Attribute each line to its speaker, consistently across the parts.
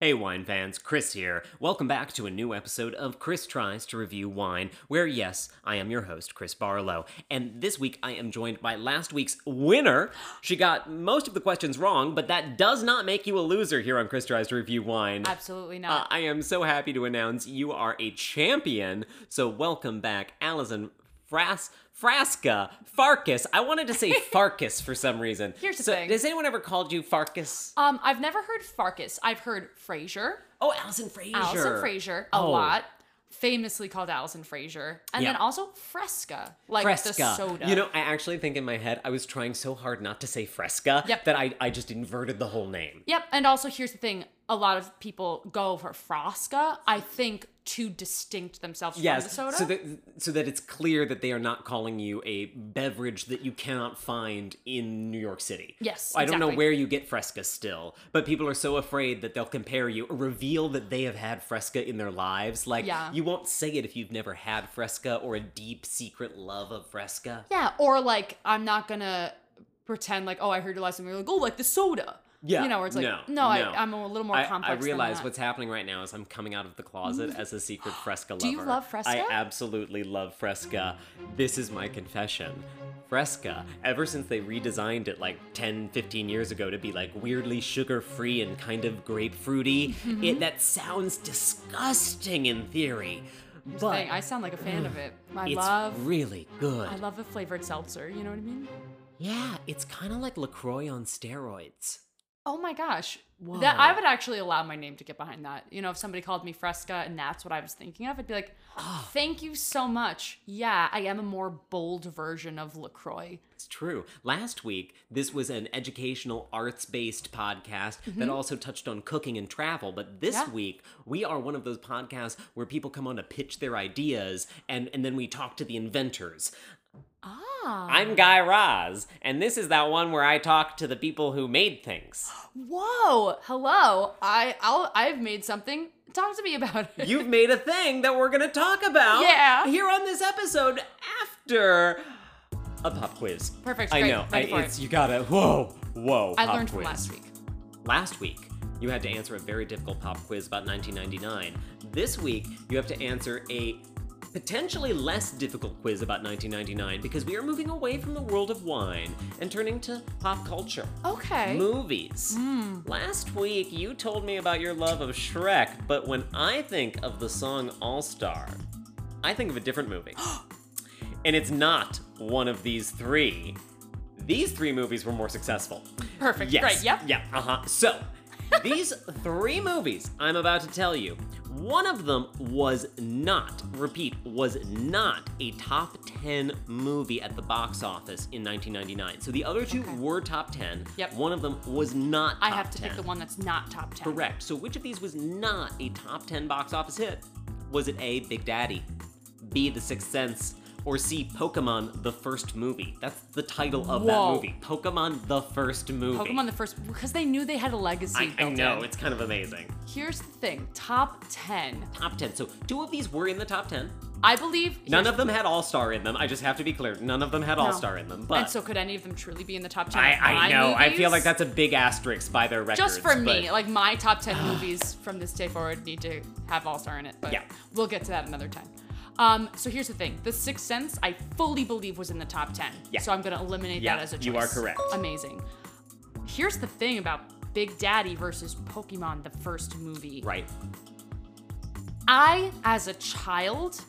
Speaker 1: Hey, wine fans, Chris here. Welcome back to a new episode of Chris Tries to Review Wine, where, yes, I am your host, Chris Barlow. And this week I am joined by last week's winner. She got most of the questions wrong, but that does not make you a loser here on Chris Tries to Review Wine.
Speaker 2: Absolutely
Speaker 1: Uh,
Speaker 2: not.
Speaker 1: I am so happy to announce you are a champion. So, welcome back, Allison Fras- Frasca Farkas. I wanted to say Farkas for some reason.
Speaker 2: Here's the
Speaker 1: so,
Speaker 2: thing.
Speaker 1: Has anyone ever called you Farkas?
Speaker 2: um, I've never heard Farkas. I've heard Frazier,
Speaker 1: Oh, Allison Fraser.
Speaker 2: Allison Frazier, a
Speaker 1: Oh.
Speaker 2: lot. Famously called Allison Frazier, and
Speaker 1: Yeah.
Speaker 2: then also Fresca, like the
Speaker 1: Fresca.
Speaker 2: soda.
Speaker 1: You know, I actually think in my head I was trying so hard not to say Fresca
Speaker 2: Yep.
Speaker 1: that I, I just inverted the whole name.
Speaker 2: Yep. And also, here's the thing: a lot of people go for Frosca. I think to distinct themselves
Speaker 1: Yes,
Speaker 2: from the soda.
Speaker 1: so that so that it's clear that they are not calling you a beverage that you cannot find in New York City.
Speaker 2: Yes,
Speaker 1: I don't know
Speaker 2: exactly.
Speaker 1: where you get Fresca still, but people are so afraid that they'll compare you, or reveal that they have had Fresca in their lives. Like
Speaker 2: Yeah.
Speaker 1: you won't say it if you've never had Fresca or a deep secret love of Fresca.
Speaker 2: yeah. Or like, I'm not gonna pretend like, oh, I heard your last name. You're like, oh, like the soda.
Speaker 1: Yeah,
Speaker 2: You know, where it's like,
Speaker 1: no,
Speaker 2: no,
Speaker 1: no.
Speaker 2: I, I'm a little more
Speaker 1: I, I
Speaker 2: complex. than
Speaker 1: realize
Speaker 2: that.
Speaker 1: what's happening right now is I'm coming out of the closet as a secret Fresca lover.
Speaker 2: Do you love Fresca?
Speaker 1: I absolutely love Fresca. This is my confession. Fresca, ever since they redesigned it like 10, 15 years ago to be like weirdly sugar free and kind of grapefruity,
Speaker 2: Mm-hmm.
Speaker 1: it, that sounds disgusting in theory. But
Speaker 2: Dang, I sound like a fan of it. I
Speaker 1: it's
Speaker 2: love.
Speaker 1: really good.
Speaker 2: I love a flavored seltzer. You know what I mean?
Speaker 1: yeah, it's kind of like LaCroix on steroids.
Speaker 2: Oh my gosh.
Speaker 1: Whoa.
Speaker 2: That I would actually allow my name to get behind that. You know, if somebody called me Fresca and that's what I was thinking of, I'd be like, "Thank you so much. Yeah, I am a more bold version of Lacroix."
Speaker 1: It's true. Last week, this was an educational, arts based podcast that also touched on cooking and travel. But this
Speaker 2: Mm-hmm. Yeah.
Speaker 1: week, we are one of those podcasts where people come on to pitch their ideas and, and then we talk to the inventors.
Speaker 2: Ah.
Speaker 1: I'm Guy Raz, and this is that one where I talk to the people who made things.
Speaker 2: Whoa. Hello. I I'll, I've made something. Talk to me about it.
Speaker 1: You've made a thing that we're going to talk about
Speaker 2: Yeah.
Speaker 1: here on this episode after a pop quiz.
Speaker 2: Perfect.
Speaker 1: I
Speaker 2: Great.
Speaker 1: know. I,
Speaker 2: Ready for it.
Speaker 1: it's, you gotta. Whoa, whoa.
Speaker 2: I
Speaker 1: pop
Speaker 2: learned from
Speaker 1: quiz.
Speaker 2: last week.
Speaker 1: Last week, you had to answer a very difficult pop quiz about 1999. This week, you have to answer a potentially less difficult quiz about 1999 because we are moving away from the world of wine and turning to pop culture.
Speaker 2: Okay.
Speaker 1: Movies. Last week, you told me about your love of Shrek, but when I think of the song All Star, I think of a different movie. and it's not one of these three. These three movies were more successful.
Speaker 2: Perfect.
Speaker 1: Yes.
Speaker 2: Great. Yep.
Speaker 1: Yeah. Uh huh. So, these three movies I'm about to tell you, one of them was not, repeat, was not a top 10 movie at the box office in 1999. So the other two
Speaker 2: Okay.
Speaker 1: were top 10.
Speaker 2: Yep.
Speaker 1: One of them was not
Speaker 2: I
Speaker 1: top
Speaker 2: have to
Speaker 1: 10.
Speaker 2: pick the one that's not top 10.
Speaker 1: Correct. So, which of these was not a top 10 box office hit? Was it A, Big Daddy, B, The Sixth Sense, or C, Pokemon, the first movie? That's the title of that
Speaker 2: Whoa.
Speaker 1: movie. Pokemon, the first movie.
Speaker 2: Pokemon the first because they knew they had a legacy.
Speaker 1: I, I
Speaker 2: built
Speaker 1: know,
Speaker 2: in.
Speaker 1: it's kind of amazing.
Speaker 2: Here's the thing. Top 10.
Speaker 1: Top 10. So, two of these were in the top 10.
Speaker 2: I believe
Speaker 1: None
Speaker 2: here's-
Speaker 1: of them had All Star in them. I just have to be clear. None of them had All Star in them. But
Speaker 2: and so could any of them truly be in the top ten?
Speaker 1: I,
Speaker 2: of
Speaker 1: I
Speaker 2: my
Speaker 1: know. I feel
Speaker 2: movies?
Speaker 1: like that's a big asterisk by their records.
Speaker 2: just for me.
Speaker 1: but-
Speaker 2: Like my top ten movies from this day forward need to have All Star in it. But
Speaker 1: Yeah.
Speaker 2: we'll get to that another time. Um, so here's the thing: The Sixth Sense, I fully believe was in the top ten.
Speaker 1: Yeah.
Speaker 2: So I'm gonna eliminate
Speaker 1: Yeah,
Speaker 2: that as a choice.
Speaker 1: you are correct.
Speaker 2: Amazing. Here's the thing about Big Daddy versus Pokemon, the first movie.
Speaker 1: right.
Speaker 2: I, as a child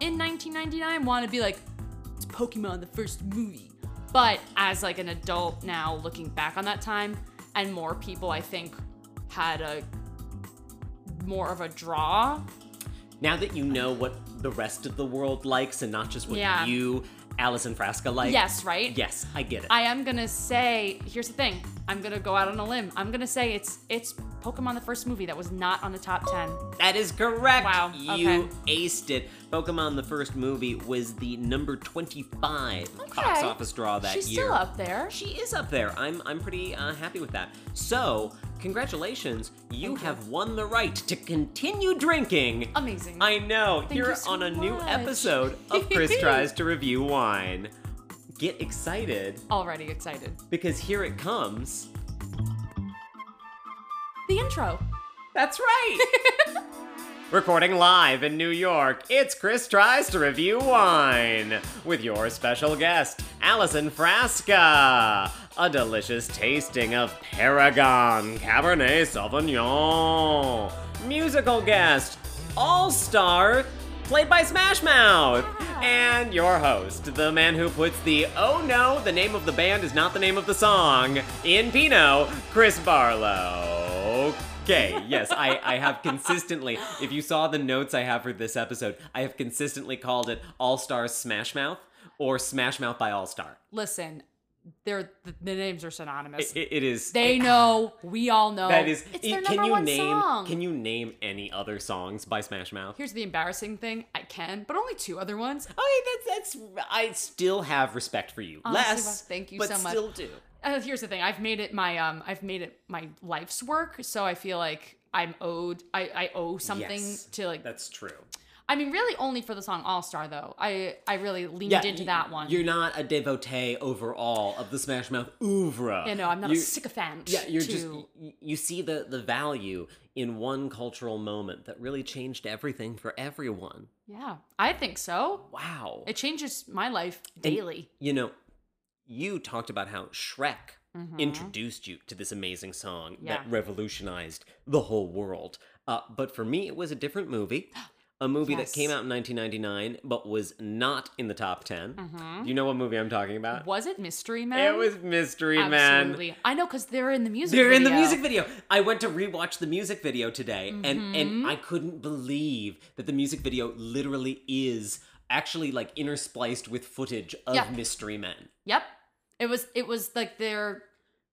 Speaker 2: in 1999, want to be like, it's Pokemon, the first movie. But as like an adult now, looking back on that time, and more people, I think, had a more of a draw.
Speaker 1: Now that you know what the rest of the world likes and not just what
Speaker 2: Yeah.
Speaker 1: you, Alison Frasca, like.
Speaker 2: yes, right?
Speaker 1: Yes, I get it.
Speaker 2: I am gonna say. Here's the thing. I'm gonna go out on a limb. I'm gonna say it's it's Pokemon the first movie that was not on the top ten.
Speaker 1: that is correct.
Speaker 2: Wow,
Speaker 1: You aced it. Pokemon, the first movie, was the number 25 box
Speaker 2: Okay.
Speaker 1: office draw that
Speaker 2: She's
Speaker 1: year.
Speaker 2: still up there.
Speaker 1: She is up there. I'm I'm pretty uh, happy with that. So, congratulations, you
Speaker 2: Thank you.
Speaker 1: have won the right to continue drinking.
Speaker 2: Amazing.
Speaker 1: I know.
Speaker 2: you
Speaker 1: you're
Speaker 2: so
Speaker 1: on a new
Speaker 2: much.
Speaker 1: episode of Chris tries to review wine. Get excited
Speaker 2: already excited.
Speaker 1: because here it comes.
Speaker 2: The intro.
Speaker 1: That's right. Recording live in New York, it's Chris Tries to Review Wine with your special guest, Allison Frasca. A delicious tasting of Paragon Cabernet Sauvignon. Musical guest, All Star, played by Smash Mouth. And your host, the man who puts the oh no, the name of the band is not the name of the song, in Pinot, Chris Barlow. Okay, yes, I, I have consistently, if you saw the notes I have for this episode, I have consistently called it All Stars Smash Mouth or Smash Mouth by All Star.
Speaker 2: Listen, they're the, the names are synonymous.
Speaker 1: It, it is.
Speaker 2: they know. We all know.
Speaker 1: that is.
Speaker 2: It's their
Speaker 1: can
Speaker 2: number
Speaker 1: you
Speaker 2: one
Speaker 1: name?
Speaker 2: song.
Speaker 1: Can you name any other songs by Smash Mouth?
Speaker 2: Here's the embarrassing thing. I can, but only two other ones.
Speaker 1: Okay, that's that's. I still have respect for you.
Speaker 2: Honestly,
Speaker 1: Less,
Speaker 2: well, thank you
Speaker 1: but
Speaker 2: so much.
Speaker 1: Still do.
Speaker 2: Uh, here's the thing. I've made it my um. I've made it my life's work. So I feel like I'm owed. I I owe something
Speaker 1: Yes.
Speaker 2: to like.
Speaker 1: That's true.
Speaker 2: I mean, really, only for the song All Star though. I I really leaned into
Speaker 1: y-
Speaker 2: that one.
Speaker 1: You're not a devotee overall of the Smash Mouth oeuvre.
Speaker 2: You know, I'm not a
Speaker 1: You-
Speaker 2: sycophant.
Speaker 1: Yeah, you're
Speaker 2: to,
Speaker 1: just y- you see the the value in one cultural moment that really changed everything for everyone.
Speaker 2: Yeah, I think so.
Speaker 1: Wow.
Speaker 2: It changes my life daily.
Speaker 1: you know, you talked about how Shrek introduced you to this amazing song
Speaker 2: Mm-hmm. Yeah.
Speaker 1: that revolutionized the whole world. Uh, but for me, it was a different movie. A movie
Speaker 2: Yes.
Speaker 1: that came out in 1999 but was not in the top 10.
Speaker 2: Mhm.
Speaker 1: Do you know what movie I'm talking about?
Speaker 2: Was it Mystery Man?
Speaker 1: Uh, It was Mystery Man.
Speaker 2: Absolutely. I know because they're in the music.
Speaker 1: They're in the
Speaker 2: video.
Speaker 1: music video. I went to rewatch the music video today, and
Speaker 2: Mm-hmm.
Speaker 1: and I couldn't believe that the music video literally is actually like interspliced with footage of
Speaker 2: Yeah.
Speaker 1: Mystery Men.
Speaker 2: Yep. It was it was like their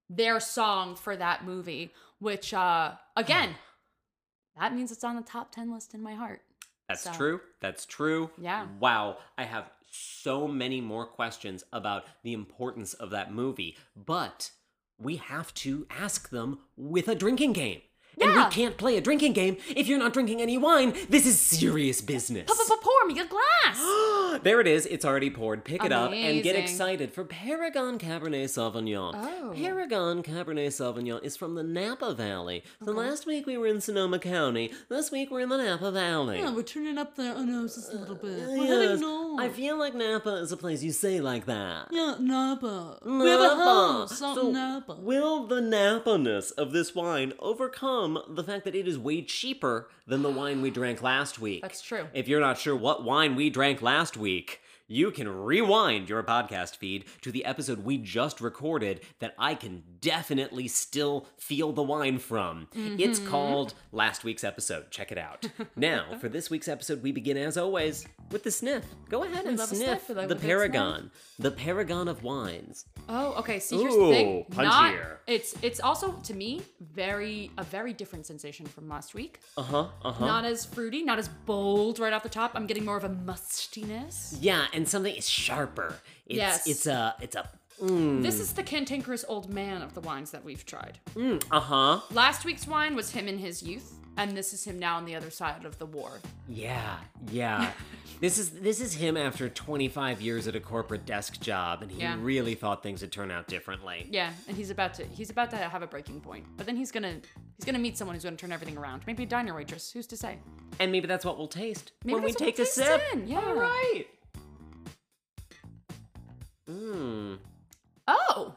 Speaker 2: their song for that movie, which uh again,
Speaker 1: Hmm.
Speaker 2: that means it's on the top ten list in my heart.
Speaker 1: That's
Speaker 2: So-
Speaker 1: true. That's true.
Speaker 2: Yeah.
Speaker 1: Wow. I have so many more questions about the importance of that movie, but we have to ask them with a drinking game. And
Speaker 2: Yeah.
Speaker 1: we can't play a drinking game if you're not drinking any wine. This is serious business.
Speaker 2: P- p- Pour me a glass.
Speaker 1: there it is. It's already poured. Pick it up and get
Speaker 2: Amazing.
Speaker 1: excited for Paragon Cabernet Sauvignon.
Speaker 2: Oh.
Speaker 1: Paragon Cabernet Sauvignon is from the Napa Valley. So last week we were in Sonoma County. This week we're in the Napa Valley.
Speaker 2: Yeah, we're turning up the oh no, just a little bit.
Speaker 1: Uh,
Speaker 2: We're having
Speaker 1: yes.
Speaker 2: no.
Speaker 1: I feel like Napa is a place you say like that.
Speaker 2: yeah, Napa. We have a
Speaker 1: Napa.
Speaker 2: house out
Speaker 1: So
Speaker 2: in Napa.
Speaker 1: Will the Napa-ness of this wine overcome the fact that it is way cheaper than the wine we drank last week?
Speaker 2: That's true.
Speaker 1: If you're not sure what wine we drank last week, you can rewind your podcast feed to the episode we just recorded that I can definitely still feel the wine from. It's
Speaker 2: Mm-hmm.
Speaker 1: called last week's episode. Check it out. now, for this week's episode, we begin as always with the sniff. Go ahead and
Speaker 2: love a
Speaker 1: sniff,
Speaker 2: sniff. I love
Speaker 1: the
Speaker 2: a good
Speaker 1: paragon, the paragon of wines.
Speaker 2: Oh, okay. See, here's the thing.
Speaker 1: Ooh,
Speaker 2: Not,
Speaker 1: punchier.
Speaker 2: it's it's also to me very a very different sensation from last week.
Speaker 1: Uh huh. Uh huh.
Speaker 2: Not as fruity, not as bold right off the top. I'm getting more of a mustiness.
Speaker 1: yeah, and something is sharper. It's,
Speaker 2: Yes.
Speaker 1: It's a. It's a. Hmm.
Speaker 2: This is the cantankerous old man of the wines that we've tried.
Speaker 1: Uh huh.
Speaker 2: Last week's wine was him in his youth, and this is him now on the other side of the war.
Speaker 1: Yeah, yeah. this is this is him after 25 years at a corporate desk job, and he
Speaker 2: Yeah.
Speaker 1: really thought things would turn out differently.
Speaker 2: Yeah, and he's about to he's about to have a breaking point. But then he's gonna he's gonna meet someone who's gonna turn everything around. Maybe a diner waitress. Who's to say?
Speaker 1: And maybe that's what we'll taste
Speaker 2: Maybe
Speaker 1: when we
Speaker 2: that's what
Speaker 1: take
Speaker 2: we'll
Speaker 1: a
Speaker 2: taste
Speaker 1: sip.
Speaker 2: then, yeah.
Speaker 1: All right. Mmm.
Speaker 2: Oh,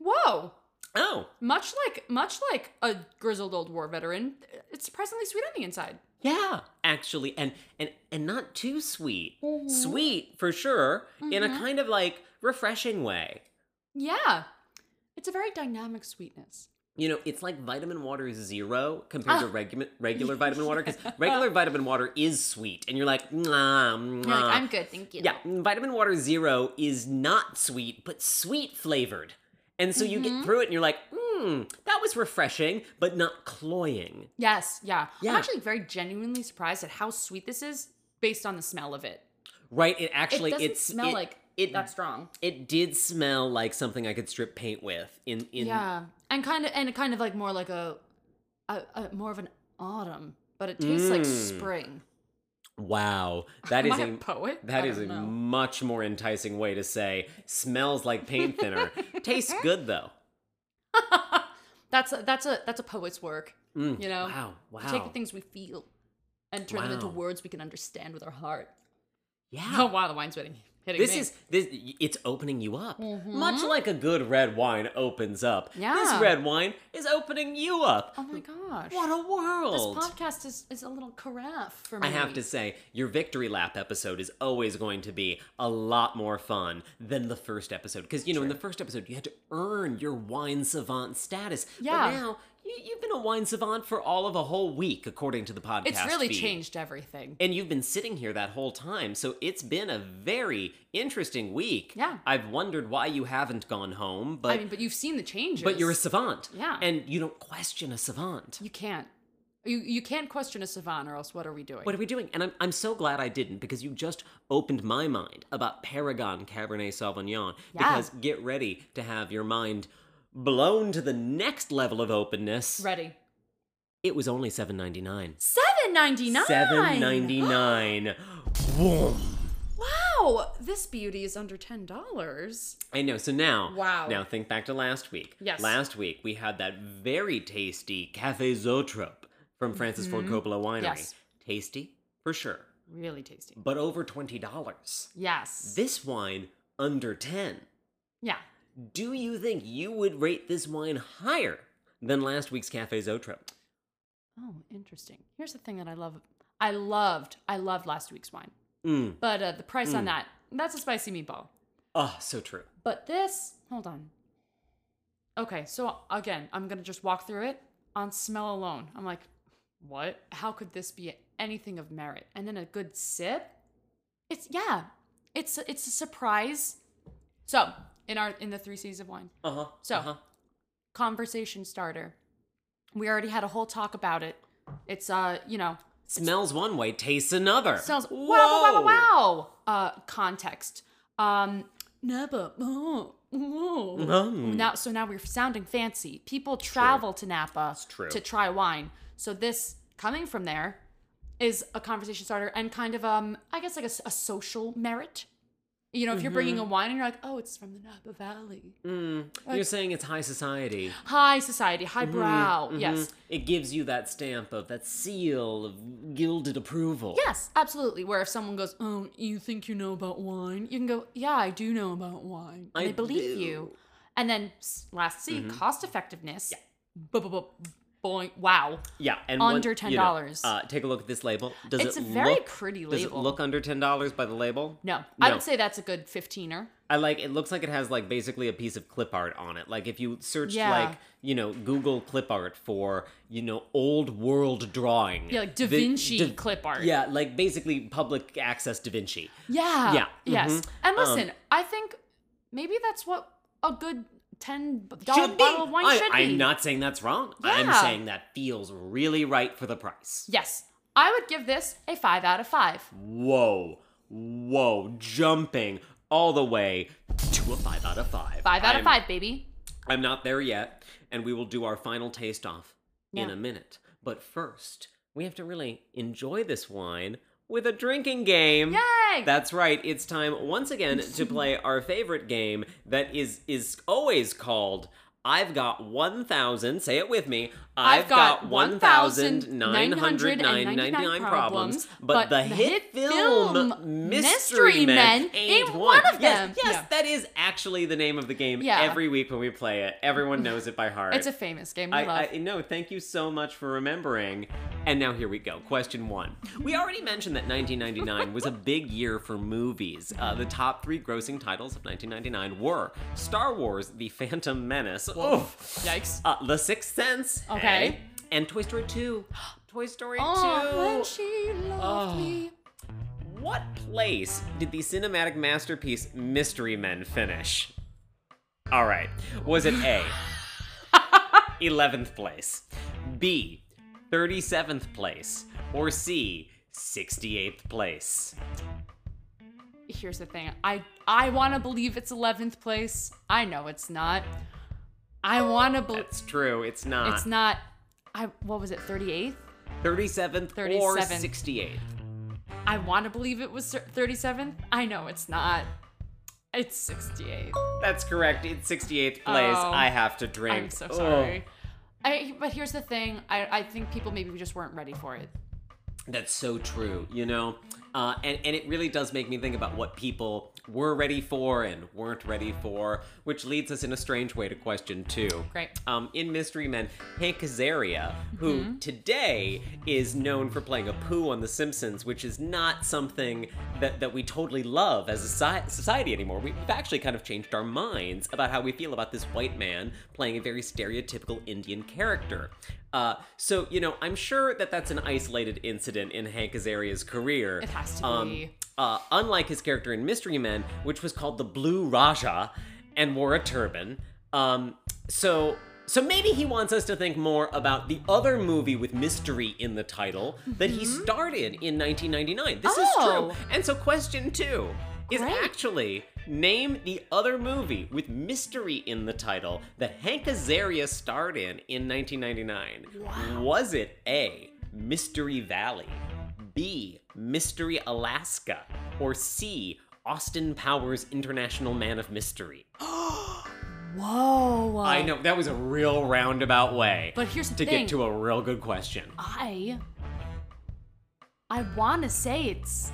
Speaker 2: whoa!
Speaker 1: Oh,
Speaker 2: Much like much like a grizzled old war veteran, it's surprisingly sweet on the inside.
Speaker 1: yeah. Actually, and and and not too sweet.
Speaker 2: Mm-hmm.
Speaker 1: Sweet for sure, in a kind of like refreshing way.
Speaker 2: Yeah, it's a very dynamic sweetness.
Speaker 1: You know, it's like vitamin water is zero compared to
Speaker 2: Ah.
Speaker 1: regu- regular vitamin water because regular vitamin water is sweet, and you're like, mwah, mwah.
Speaker 2: You're like, I'm good, thank you.
Speaker 1: Uh, Yeah, vitamin water zero is not sweet, but sweet flavored. And so you
Speaker 2: Mm-hmm.
Speaker 1: get through it and you're like, mmm, that was refreshing, but not cloying.
Speaker 2: Yes, yeah.
Speaker 1: Yeah.
Speaker 2: I'm actually very genuinely surprised at how sweet this is based on the smell of it.
Speaker 1: Right? It actually
Speaker 2: it doesn't
Speaker 1: it's
Speaker 2: smell
Speaker 1: it,
Speaker 2: like
Speaker 1: it
Speaker 2: that strong.
Speaker 1: it did smell like something I could strip paint with in in
Speaker 2: Yeah, and kind of and kind of like more like a, a, a more of an autumn, but it tastes like
Speaker 1: Mm.
Speaker 2: spring.
Speaker 1: Wow. That
Speaker 2: Am
Speaker 1: is
Speaker 2: I
Speaker 1: a
Speaker 2: a poet?
Speaker 1: that
Speaker 2: I
Speaker 1: is a
Speaker 2: don't know.
Speaker 1: much more enticing way to say smells like paint thinner. Tastes good though.
Speaker 2: that's a, that's a that's a poet's work. you know?
Speaker 1: Mm. Wow. Wow.
Speaker 2: Take the things we feel and turn them into
Speaker 1: Wow.
Speaker 2: words we can understand with our heart.
Speaker 1: yeah.
Speaker 2: Oh wow, the wine's hitting hitting
Speaker 1: This
Speaker 2: me. Mm-hmm.
Speaker 1: is this. It's opening you up, much like a good red wine opens up. This
Speaker 2: Yeah.
Speaker 1: red wine is opening you up.
Speaker 2: Oh my gosh.
Speaker 1: What a
Speaker 2: this
Speaker 1: world!
Speaker 2: podcast is, is a little carafe for me.
Speaker 1: I have to say, your victory lap episode is always going to be a lot more fun than the first episode. Because, you know, in the first episode, you had to earn your wine savant status.
Speaker 2: Yeah.
Speaker 1: But now, you, you've been a wine savant for all of a whole week, according to the podcast.
Speaker 2: It's really
Speaker 1: feed.
Speaker 2: changed everything.
Speaker 1: And you've been sitting here that whole time, so it's been a very interesting week.
Speaker 2: Yeah.
Speaker 1: I've wondered why you haven't gone home, but
Speaker 2: I mean, but you've seen the changes.
Speaker 1: but you're a savant.
Speaker 2: Yeah.
Speaker 1: And you don't question a savant.
Speaker 2: you can't. You you can't question a savant, or else what are we doing?
Speaker 1: What are we doing? And I'm, I'm so glad I didn't because you just opened my mind about Paragon Cabernet Sauvignon. Because get ready to have your mind blown to the next level of openness.
Speaker 2: Ready.
Speaker 1: It was only seven ninety nine.
Speaker 2: Seven ninety nine.
Speaker 1: Seven ninety nine.
Speaker 2: Wow, this beauty is under ten dollars.
Speaker 1: I know. So now,
Speaker 2: Wow.
Speaker 1: Now think back to last week.
Speaker 2: Yes.
Speaker 1: Last week we had that very tasty Cafe Zotrope from Francis Ford Coppola Winery.
Speaker 2: Mm-hmm. Yes.
Speaker 1: Tasty for sure,
Speaker 2: Really tasty.
Speaker 1: but over twenty dollars.
Speaker 2: Yes.
Speaker 1: This wine under ten.
Speaker 2: yeah.
Speaker 1: Do you think you would rate this wine higher than last week's Cafe Zotrope?
Speaker 2: Oh, interesting. Here's the thing that I love. I loved. I loved last week's wine,
Speaker 1: Mm.
Speaker 2: but uh, the price on that. That's a spicy meatball.
Speaker 1: Oh, so true.
Speaker 2: But this, hold on. Okay, so again, I'm gonna just walk through it on smell alone. I'm like, what? How could this be anything of merit? And then a good sip. It's yeah, it's it's a surprise. So in our in the three C's of wine,
Speaker 1: Uh huh.
Speaker 2: So-
Speaker 1: uh-huh.
Speaker 2: conversation starter. We already had a whole talk about it. It's uh, you know,
Speaker 1: smells one way, tastes another.
Speaker 2: Sounds wow,
Speaker 1: Whoa.
Speaker 2: wow, wow, wow, wow. Uh, context. Um, Napa. Oh, oh.
Speaker 1: Mm.
Speaker 2: Now, so now we're sounding fancy. People travel to Napa
Speaker 1: true.
Speaker 2: to try wine. So this coming from there is a conversation starter and kind of um, I guess like a, s- a social merit. You know, if you're bringing a
Speaker 1: Mm-hmm.
Speaker 2: wine and you're like, oh, it's from the Napa Valley,
Speaker 1: You're saying it's high society.
Speaker 2: high society, highbrow. Yes,
Speaker 1: Mm, It gives you that stamp of that seal of gilded approval.
Speaker 2: Yes, absolutely. Where if someone goes, "Um, you think you know about wine?" You can go, "Yeah, I do know about wine."
Speaker 1: I
Speaker 2: And they believe
Speaker 1: do. Mm-hmm.
Speaker 2: you. And then s- last C, cost effectiveness. Yeah. Boing. Wow.
Speaker 1: Yeah, and
Speaker 2: Under
Speaker 1: you know,
Speaker 2: $10.
Speaker 1: uh, take a look at this label. Does
Speaker 2: It's
Speaker 1: it
Speaker 2: a very
Speaker 1: look,
Speaker 2: pretty
Speaker 1: Does it
Speaker 2: label.
Speaker 1: look under ten dollars by the label?
Speaker 2: No, I
Speaker 1: No.
Speaker 2: would say that's a good 15er.
Speaker 1: I like it looks like it has like basically a piece of clip art on it. Like if you searched
Speaker 2: Yeah.
Speaker 1: like, you know, Google clip art for, you know, old world drawing.
Speaker 2: Yeah, like Da
Speaker 1: Vi-
Speaker 2: Vinci
Speaker 1: Da-
Speaker 2: clip art.
Speaker 1: Yeah, like basically public access Da Vinci.
Speaker 2: Yeah.
Speaker 1: Yeah,
Speaker 2: Yes.
Speaker 1: mhm.
Speaker 2: And listen, I think maybe that's what a good ten dollar
Speaker 1: Should be.
Speaker 2: bottle of wine
Speaker 1: I,
Speaker 2: should be.
Speaker 1: I'm not saying that's wrong. I'm
Speaker 2: Yeah.
Speaker 1: saying that feels really right for the price.
Speaker 2: Yes, I would give this a five out of five.
Speaker 1: Whoa, whoa, jumping all the way to a five out of five.
Speaker 2: Five out
Speaker 1: I'm,
Speaker 2: of five, baby.
Speaker 1: I'm not there yet, and we will do our final taste off in
Speaker 2: Yeah.
Speaker 1: a minute. But first, we have to really enjoy this wine with a drinking game.
Speaker 2: Yay!
Speaker 1: Mm-hmm. That's right. It's time once again to play our favorite game that is is always called I've got 1000, say it with me.
Speaker 2: I've got
Speaker 1: 1,999 problems, but the hit film Mystery Men
Speaker 2: Mystery Men
Speaker 1: ain't
Speaker 2: ain't
Speaker 1: one.
Speaker 2: one of
Speaker 1: Yes,
Speaker 2: them.
Speaker 1: yes,
Speaker 2: Yeah.
Speaker 1: that is actually the name of the game
Speaker 2: Yeah.
Speaker 1: every week when we play it. Everyone knows it by heart.
Speaker 2: It's a famous game. I, love.
Speaker 1: I, I no, thank you so much for remembering. And now here we go. Question one. We already mentioned that 1999 was a big year for movies. Uh, the top three grossing titles of 1999 were Star Wars: The Phantom Menace, oof,
Speaker 2: Yikes.
Speaker 1: uh, The Sixth Sense,
Speaker 2: Okay.
Speaker 1: hey, and Toy Story 2. Toy Story
Speaker 2: oh,
Speaker 1: 2.
Speaker 2: when she
Speaker 1: Oh.
Speaker 2: loved me.
Speaker 1: What place did the cinematic masterpiece Mystery Men finish? All right. Was it A, 11th place, B, 37th place, or C, 68th place?
Speaker 2: Here's the thing. I I want to believe it's 11th place. I know it's not. I want to believe
Speaker 1: That's true. It's not.
Speaker 2: it's not. I what was it? 38th.
Speaker 1: 37th, or 68th.
Speaker 2: 37th. I want to believe it was cer- 37th. I know it's not. It's 68th.
Speaker 1: That's correct. It's 68th place.
Speaker 2: Oh.
Speaker 1: I have to drink.
Speaker 2: I'm so
Speaker 1: Oh.
Speaker 2: sorry. I, but here's the thing. I, I think people maybe just weren't ready for it.
Speaker 1: That's so true, you know? Uh, and, and it really does make me think about what people were ready for and weren't ready for, which leads us in a strange way to question two.
Speaker 2: Great.
Speaker 1: Um, in Mystery Men, Hank Azaria, who
Speaker 2: Mm-hmm.
Speaker 1: today is known for playing a poo on The Simpsons, which is not something that, that we totally love as a soci- society anymore. We've actually kind of changed our minds about how we feel about this white man playing a very stereotypical Indian character. Uh, so, you know, I'm sure that that's an isolated incident in Hank Azaria's career.
Speaker 2: It has to be.
Speaker 1: Uh, unlike his character in Mystery Men, which was called the Blue Raja and wore a turban. Um, so, so maybe he wants us to think more about the other movie with mystery in the title that he started in 1999. This
Speaker 2: Mm-hmm. Oh.
Speaker 1: is true. And so, question two is
Speaker 2: Great.
Speaker 1: actually name the other movie with mystery in the title that Hank Azaria starred in in 1999. Was it A. Mystery Valley, B. Mystery Alaska, or C. Austin Powers International Man of Mystery?
Speaker 2: Whoa.
Speaker 1: I know that was a real roundabout way
Speaker 2: Oh. But here's the
Speaker 1: to
Speaker 2: thing.
Speaker 1: get to a real good question.
Speaker 2: I I want to say it's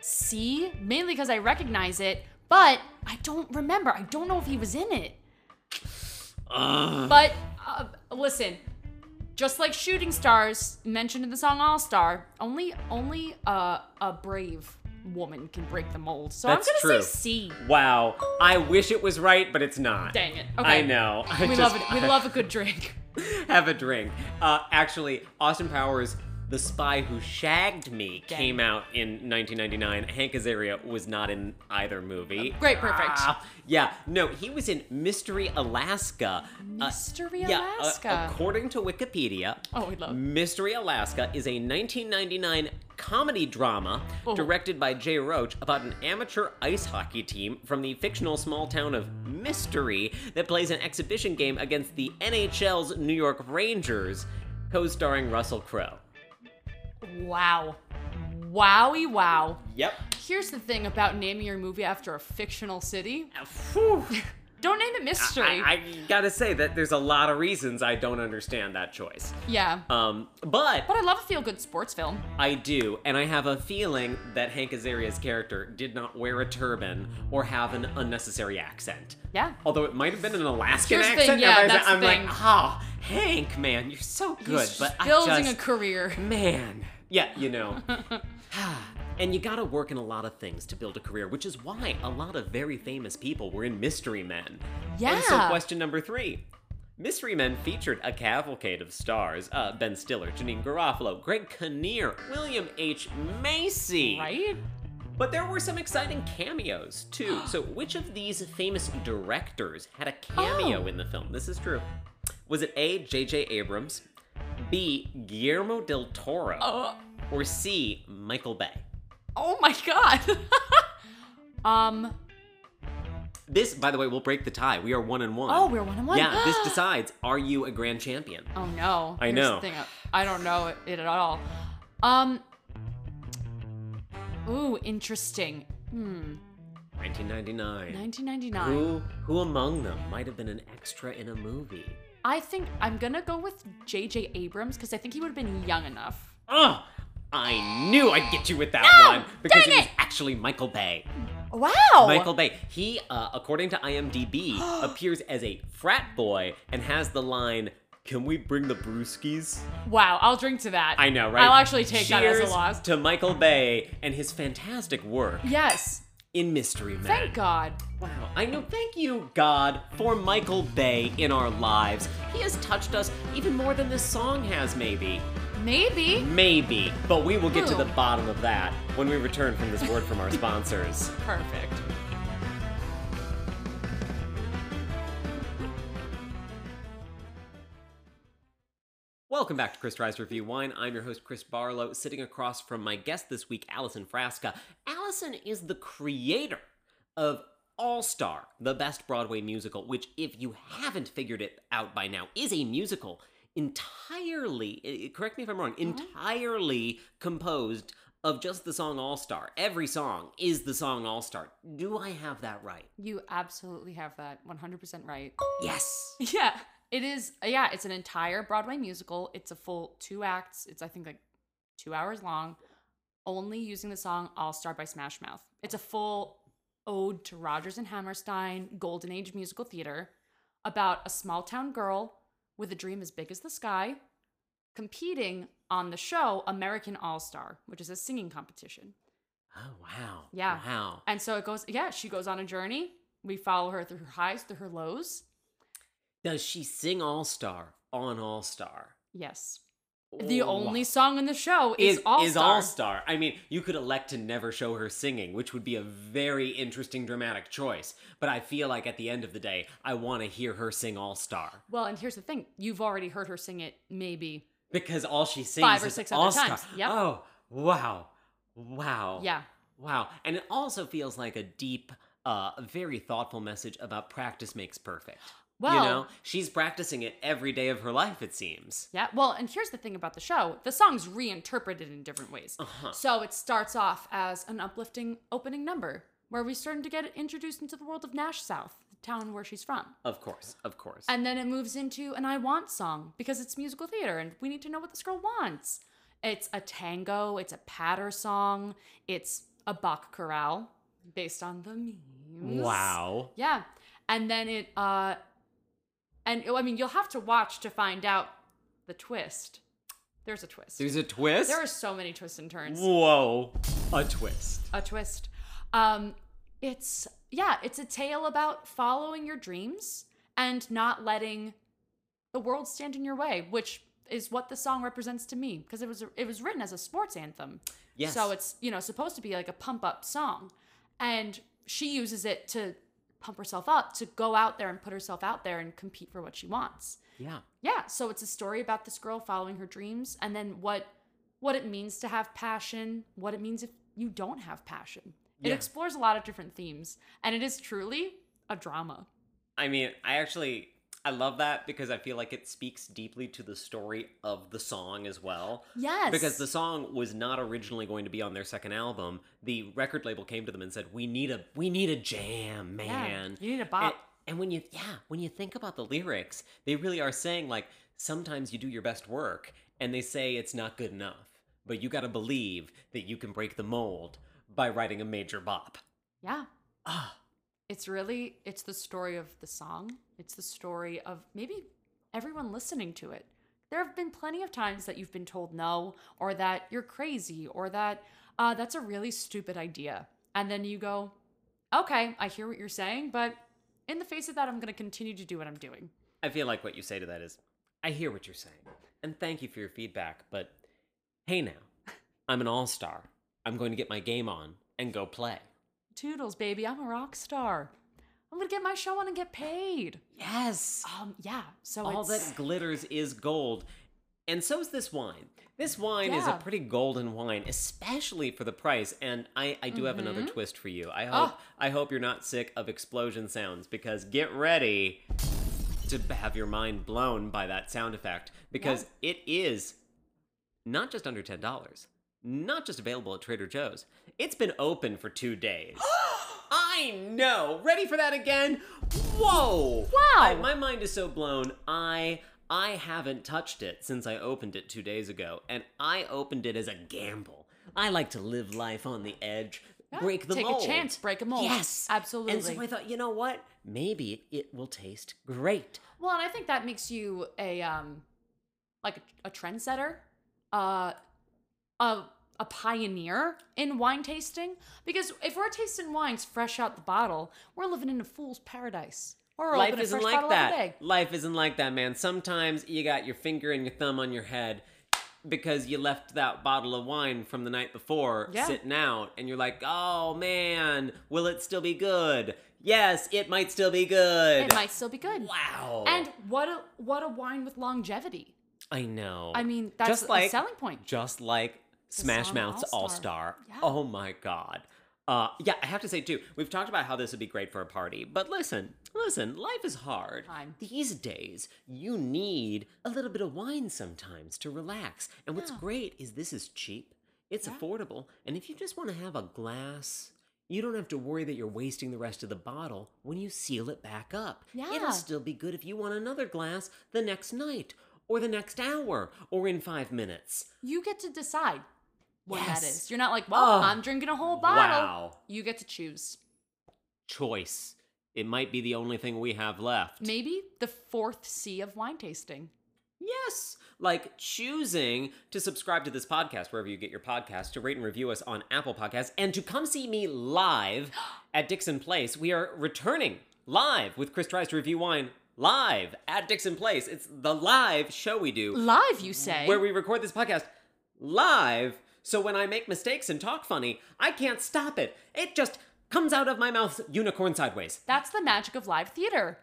Speaker 2: C, mainly because I recognize it, but I don't remember. I don't know if he was in it.
Speaker 1: Ugh.
Speaker 2: But uh, listen, just like Shooting Stars mentioned in the song All Star, only only uh, a brave woman can break the mold. So
Speaker 1: That's
Speaker 2: I'm gonna
Speaker 1: true.
Speaker 2: say C.
Speaker 1: Wow, I wish it was right, but it's not.
Speaker 2: Dang it. Okay.
Speaker 1: I know. I
Speaker 2: We
Speaker 1: just-
Speaker 2: love it. We love a good drink.
Speaker 1: have a drink. Uh, actually, Austin Powers, The Spy Who Shagged Me,
Speaker 2: Dang.
Speaker 1: came out in 1999. Hank Azaria was not in either movie.
Speaker 2: Oh, Great, perfect.
Speaker 1: Ah, yeah, no, he was in Mystery Alaska. Uh,
Speaker 2: Mystery
Speaker 1: yeah, uh,
Speaker 2: Alaska.
Speaker 1: according to Wikipedia,
Speaker 2: Oh, we love-
Speaker 1: Mystery Alaska is a 1999 comedy drama
Speaker 2: Oh.
Speaker 1: directed by Jay Roach about an amateur ice hockey team from the fictional small town of Mystery that plays an exhibition game against the NHL's New York Rangers, co-starring Russell Crowe.
Speaker 2: wow. Wowie wow.
Speaker 1: Yep.
Speaker 2: Here's the thing about naming your movie after a fictional city.
Speaker 1: Whew.
Speaker 2: Don't name it mystery.
Speaker 1: I, I gotta say that there's a lot of reasons I don't understand that choice.
Speaker 2: yeah.
Speaker 1: Um, but
Speaker 2: but I love a feel good sports film.
Speaker 1: I do, and I have a feeling that Hank Azaria's character did not wear a turban or have an unnecessary accent.
Speaker 2: Yeah.
Speaker 1: Although it might have been an Alaskan
Speaker 2: Here's the thing,
Speaker 1: accent, and
Speaker 2: yeah,
Speaker 1: I was-
Speaker 2: that's the
Speaker 1: I'm like,
Speaker 2: thing.
Speaker 1: ah, Hank, man, you're so good,
Speaker 2: He's
Speaker 1: but I
Speaker 2: building
Speaker 1: just,
Speaker 2: a career.
Speaker 1: man, yeah, you know. and you gotta work in a lot of things to build a career, which is why a lot of very famous people were in Mystery Men. And so,
Speaker 2: Yeah.
Speaker 1: question number three. Mystery Men featured a cavalcade of stars uh, Ben Stiller, Janine Garofalo, Greg Kinnear, William H. Macy.
Speaker 2: Right?
Speaker 1: But there were some exciting cameos, too. so, which of these famous directors had a cameo
Speaker 2: Oh.
Speaker 1: in the film? This is true. Was it A. J.J. Abrams, B. Guillermo del Toro,
Speaker 2: Oh,
Speaker 1: or C. Michael Bay?
Speaker 2: oh my god. um.
Speaker 1: This, by the way, will break the tie. We are one and one.
Speaker 2: Oh, we're one on one.
Speaker 1: Yeah, this decides are you a grand champion?
Speaker 2: Oh no.
Speaker 1: I
Speaker 2: Here's
Speaker 1: know.
Speaker 2: The thing. I don't know it at all. Um. Ooh, interesting. Hmm.
Speaker 1: 1999.
Speaker 2: 1999.
Speaker 1: Who who among them might have been an extra in a movie?
Speaker 2: I think I'm gonna go with J.J. Abrams because I think he would have been young enough.
Speaker 1: Oh, I knew I'd get you with that
Speaker 2: No!
Speaker 1: one because
Speaker 2: Dang
Speaker 1: was
Speaker 2: it!
Speaker 1: actually Michael Bay.
Speaker 2: Wow.
Speaker 1: Michael Bay. He, uh, according to IMDb, appears as a frat boy and has the line, "Can we bring the brewskis?"
Speaker 2: Wow, I'll drink to that.
Speaker 1: I know, right?
Speaker 2: I'll actually take that as a
Speaker 1: Cheers
Speaker 2: loss.
Speaker 1: to Michael Bay and his fantastic work
Speaker 2: yes.
Speaker 1: in Mystery Men.
Speaker 2: Thank God.
Speaker 1: Wow, I know. Thank you, God, for Michael Bay in our lives. He has touched us even more than this song has, maybe.
Speaker 2: Maybe.
Speaker 1: Maybe. But we will get to
Speaker 2: Who?
Speaker 1: the bottom of that when we return from this word from our sponsors.
Speaker 2: Perfect.
Speaker 1: Welcome back to Chris Tries to Review Wine. I'm your host, Chris Barlow, sitting across from my guest this week, Allison Frasca. Allison is the creator of All Star, the best Broadway musical, which, if you haven't figured it out by now, is a musical entirely, i- i- correct me if I'm wrong, entirely composed of just the song All Star. Every song is the song All Star. Do I have that right?
Speaker 2: You absolutely have that 100% right.
Speaker 1: Yes.
Speaker 2: Yeah. It is, yeah, it's an entire Broadway musical. It's a full two acts. It's, I think, like two hours long, only using the song All Star by Smash Mouth. It's a full ode to Rogers and Hammerstein, Golden Age musical theater, about a small town girl with a dream as big as the sky competing on the show American All Star, which is a singing competition.
Speaker 1: Oh wow.
Speaker 2: Yeah.
Speaker 1: Wow.
Speaker 2: And so it goes, yeah, she goes on a journey. We follow her through her highs, through her lows.
Speaker 1: Does she sing All Star on All Star?
Speaker 2: Yes. The only song in the show Oh, is, All
Speaker 1: is
Speaker 2: Star.
Speaker 1: All Star. I mean, you could elect to never show her singing, which would be a very interesting dramatic choice. But I feel like at the end of the day, I want to hear her sing All Star
Speaker 2: Well, and here's the thing you've already heard her sing it maybe.
Speaker 1: because all she sings
Speaker 2: Five or
Speaker 1: is
Speaker 2: six other
Speaker 1: All Star.
Speaker 2: times. Yep.
Speaker 1: Oh wow, wow.
Speaker 2: Yeah.
Speaker 1: Wow. And it also feels like a deep, uh, very thoughtful message about practice makes perfect.
Speaker 2: Well,
Speaker 1: you know, she's practicing it every day of her life, it seems.
Speaker 2: Yeah, well, and here's the thing about the show the song's reinterpreted in different ways. So it starts off as an uplifting opening number where we're starting to get introduced into the world of Nash South, the town where she's from.
Speaker 1: Of course, of course.
Speaker 2: And then it moves into an I Want song because it's musical theater and we need to know what this girl wants. It's a tango, it's a patter song, it's a Bach chorale based on the memes.
Speaker 1: wow.
Speaker 2: Yeah. And then it uh and oh, I mean you'll have to watch to find out the twist. There's a twist.
Speaker 1: There's a twist?
Speaker 2: there are so many twists and turns.
Speaker 1: Whoa. A twist.
Speaker 2: A twist. Um it's yeah, it's a tale about following your dreams and not letting the world stand in your way, which is what the song represents to me because it was it was written as a sports anthem.
Speaker 1: Yes.
Speaker 2: So it's, you know, supposed to be like a pump up song. And she uses it to pump herself up, to go out there and put herself out there and compete for what she wants.
Speaker 1: Yeah.
Speaker 2: Yeah, so it's a story about this girl following her dreams and then what what it means to have passion, what it means if you don't have passion. It
Speaker 1: Yeah.
Speaker 2: explores a lot of different themes and it is truly a drama.
Speaker 1: I mean, I actually. I love that because I feel like it speaks deeply to the story of the song as well.
Speaker 2: Yes.
Speaker 1: Because the song was not originally going to be on their second album. The record label came to them and said, "We need a we need a jam, man."
Speaker 2: you need a
Speaker 1: And,
Speaker 2: bop.
Speaker 1: and when you yeah, when you think about the lyrics, they really are saying like sometimes you do your best work and they say it's not good enough, but you got to believe that you can break the mold by writing a major bop.
Speaker 2: yeah.
Speaker 1: Ah,
Speaker 2: it's really it's the story of the song it's the story of maybe everyone listening to it there have been plenty of times that you've been told no or that you're crazy or that uh, that's a really stupid idea and then you go okay i hear what you're saying but in the face of that i'm going to continue to do what i'm doing
Speaker 1: I feel like what you say to that is, I hear what you're saying, and thank you for your feedback, but hey now, I'm an all-star. I'm going to get my game on and go play.
Speaker 2: toodles baby i'm a rock star i'm going to get my show on and get paid
Speaker 1: Yes.
Speaker 2: um yeah so
Speaker 1: All
Speaker 2: it's,
Speaker 1: that glitters is gold. And so's this wine. This wine is a
Speaker 2: Yeah.
Speaker 1: pretty golden wine, especially for the price. And I, I do have another
Speaker 2: Mm-hmm.
Speaker 1: twist for you. I hope
Speaker 2: Ah.
Speaker 1: I hope you're not sick of explosion sounds because get ready to b- have your mind blown by that sound effect because it is not just under ten dollars, not just available at Trader Joe's. It's been open for two days. I know. Ready for that again? Whoa! Wow! my mind is so blown. I I haven't touched it since I opened it two days ago, and I opened it as a gamble. I like to live life on the edge, break the
Speaker 2: Ah, take a
Speaker 1: mold,
Speaker 2: chance, break a mold.
Speaker 1: Yes, And so
Speaker 2: Absolutely.
Speaker 1: I thought, you know what? Maybe it will taste great.
Speaker 2: Well, and I think that makes you a um, like a, a trendsetter, uh, a a pioneer in wine tasting. Because if we're tasting wines fresh out the bottle, we're living in a fool's paradise. Or
Speaker 1: Life isn't like that. Life isn't like that, man. Sometimes you got your finger and your thumb on your head because you left that bottle of wine from the night before
Speaker 2: Yeah.
Speaker 1: sitting out, and you're like, "Oh man, will it still be good?" Yes, it might still be good.
Speaker 2: It might still be good.
Speaker 1: Wow.
Speaker 2: And what a what a wine with longevity.
Speaker 1: I know.
Speaker 2: I mean, that's
Speaker 1: just
Speaker 2: a
Speaker 1: like,
Speaker 2: selling point.
Speaker 1: Just like Smash
Speaker 2: song
Speaker 1: Mouth's All
Speaker 2: All-Star.
Speaker 1: Star.
Speaker 2: Yeah.
Speaker 1: Oh my god. Uh, yeah, I have to say too. We've talked about how this would be great for a party, but listen, listen. Life is hard.
Speaker 2: Time.
Speaker 1: These days, you need a little bit of wine sometimes to relax. And what's great is this is cheap. It's affordable, and if you just want to have a glass, you don't have to worry that you're wasting the rest of the bottle when you seal it back up.
Speaker 2: Yeah.
Speaker 1: It'll still be good if you want another glass the next night, or the next hour, or in five minutes.
Speaker 2: You get to decide what that
Speaker 1: Yes.
Speaker 2: is. You're not like, well,
Speaker 1: Oh.
Speaker 2: I'm drinking a whole bottle.
Speaker 1: Wow.
Speaker 2: You get to choose.
Speaker 1: Choice. It might be the only thing we have left.
Speaker 2: Maybe the fourth C of wine tasting.
Speaker 1: Yes, like choosing to subscribe to this podcast wherever you get your podcast, to rate and review us on Apple Podcasts, and to come see me live at Dixon Place. We are returning live with Chris Tries to Review Wine live at Dixon Place. It's the live show we do
Speaker 2: Live, you say.
Speaker 1: where we record this podcast live. So when I make mistakes and talk funny, I can't stop it. It just comes out of my mouth unicorn sideways.
Speaker 2: That's the magic of live theater.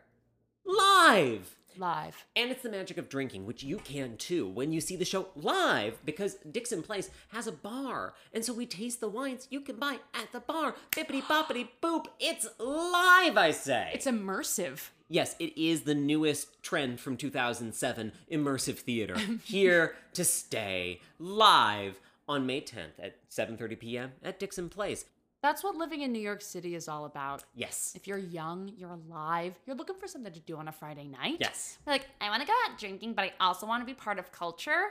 Speaker 1: Live!
Speaker 2: Live.
Speaker 1: And it's the magic of drinking, which you can too when you see the show live, because Dixon Place has a bar. And so we taste the wines you can buy at the bar. Bippity boppity boop. It's live, I say.
Speaker 2: It's immersive.
Speaker 1: yes, it is the newest trend from 2007 immersive theater. Here to stay live on May 10th at 7:30 p.m. at Dixon Place.
Speaker 2: That's what living in New York City is all about.
Speaker 1: Yes.
Speaker 2: If you're young, you're alive, you're looking for something to do on a Friday night.
Speaker 1: Yes.
Speaker 2: You're like, I want to go out drinking, but I also want to be part of culture.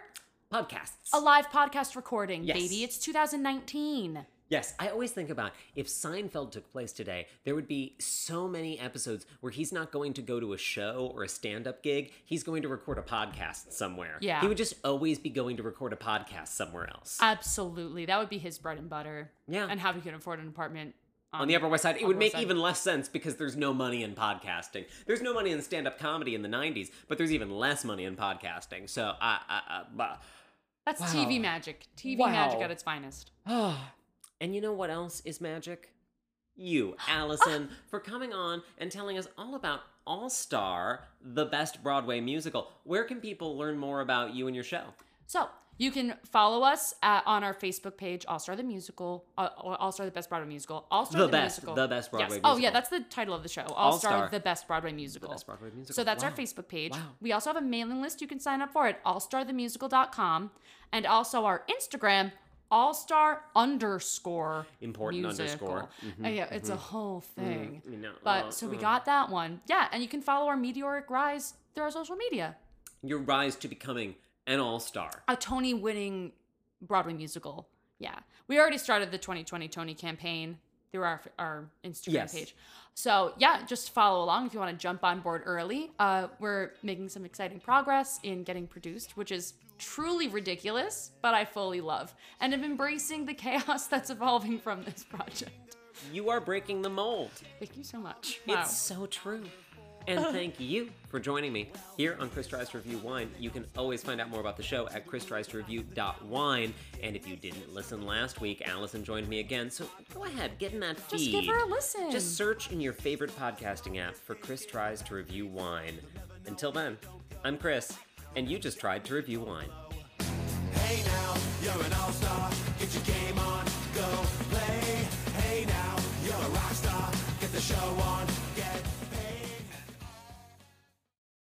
Speaker 1: Podcasts.
Speaker 2: A live podcast recording,
Speaker 1: Yes.
Speaker 2: baby. It's 2019.
Speaker 1: Yes, I always think about if Seinfeld took place today, there would be so many episodes where he's not going to go to a show or a stand up gig. He's going to record a podcast somewhere.
Speaker 2: Yeah.
Speaker 1: He would just always be going to record a podcast somewhere else.
Speaker 2: Absolutely. That would be his bread and butter.
Speaker 1: Yeah.
Speaker 2: And how he could afford an apartment.
Speaker 1: on the Upper West Side, it would
Speaker 2: Upper
Speaker 1: make
Speaker 2: West Side.
Speaker 1: even less sense because there's no money in podcasting. There's no money in stand up comedy in the 90s, but there's even less money in podcasting. So, I. I, I but-
Speaker 2: That's
Speaker 1: Wow.
Speaker 2: TV magic. TV
Speaker 1: Wow.
Speaker 2: magic at its finest.
Speaker 1: and you know what else is magic? You, Allison, for coming on and telling us all about All Star, the best Broadway musical. Where can people learn more about you and your show?
Speaker 2: So you can follow us uh on our Facebook page, All Star the Musical, uh, All Star the Best Broadway Musical, All Star
Speaker 1: The
Speaker 2: the,
Speaker 1: best-
Speaker 2: Musical,
Speaker 1: the best Broadway
Speaker 2: Yes. Oh yeah,
Speaker 1: musical.
Speaker 2: that's the title of the show, All
Speaker 1: All-Star.
Speaker 2: Star the Best Broadway Musical.
Speaker 1: Best Broadway musical.
Speaker 2: So that's our
Speaker 1: Wow.
Speaker 2: Facebook page.
Speaker 1: Wow.
Speaker 2: We also have a mailing list you can sign up for at allstarthemusical.com and also our Instagram, allstar underscore
Speaker 1: Important
Speaker 2: musical.
Speaker 1: underscore. Mm-hmm,
Speaker 2: Uh, yeah, it's a whole thing.
Speaker 1: Mm, you know,
Speaker 2: but
Speaker 1: uh,
Speaker 2: so we
Speaker 1: uh.
Speaker 2: got that one. Yeah, and you can follow our meteoric rise through our social media.
Speaker 1: Your rise to becoming an All Star.
Speaker 2: A Tony winning Broadway musical. Yeah. We already started the 2020 Tony campaign through our our Instagram
Speaker 1: Yes.
Speaker 2: page. So, yeah, just follow along if you want to jump on board early. Uh, we're making some exciting progress in getting produced, which is truly ridiculous, but I fully love and am embracing the chaos that's evolving from this project.
Speaker 1: You are breaking the mold.
Speaker 2: Thank you so much.
Speaker 1: It's so true. And thank you for joining me here on Chris Tries to Review Wine. You can always find out more about the show at christriestoreview.wine. And if you didn't listen last week, Allison joined me again. So go ahead, get in that feed.
Speaker 2: Just give her a listen.
Speaker 1: Just search in your favorite podcasting app for Chris Tries to Review Wine. Until then, I'm Chris, and you just tried to review wine.
Speaker 3: Hey now, you're an all-star. Get your game on, go play. Hey now, you're a rock star. Get the show on,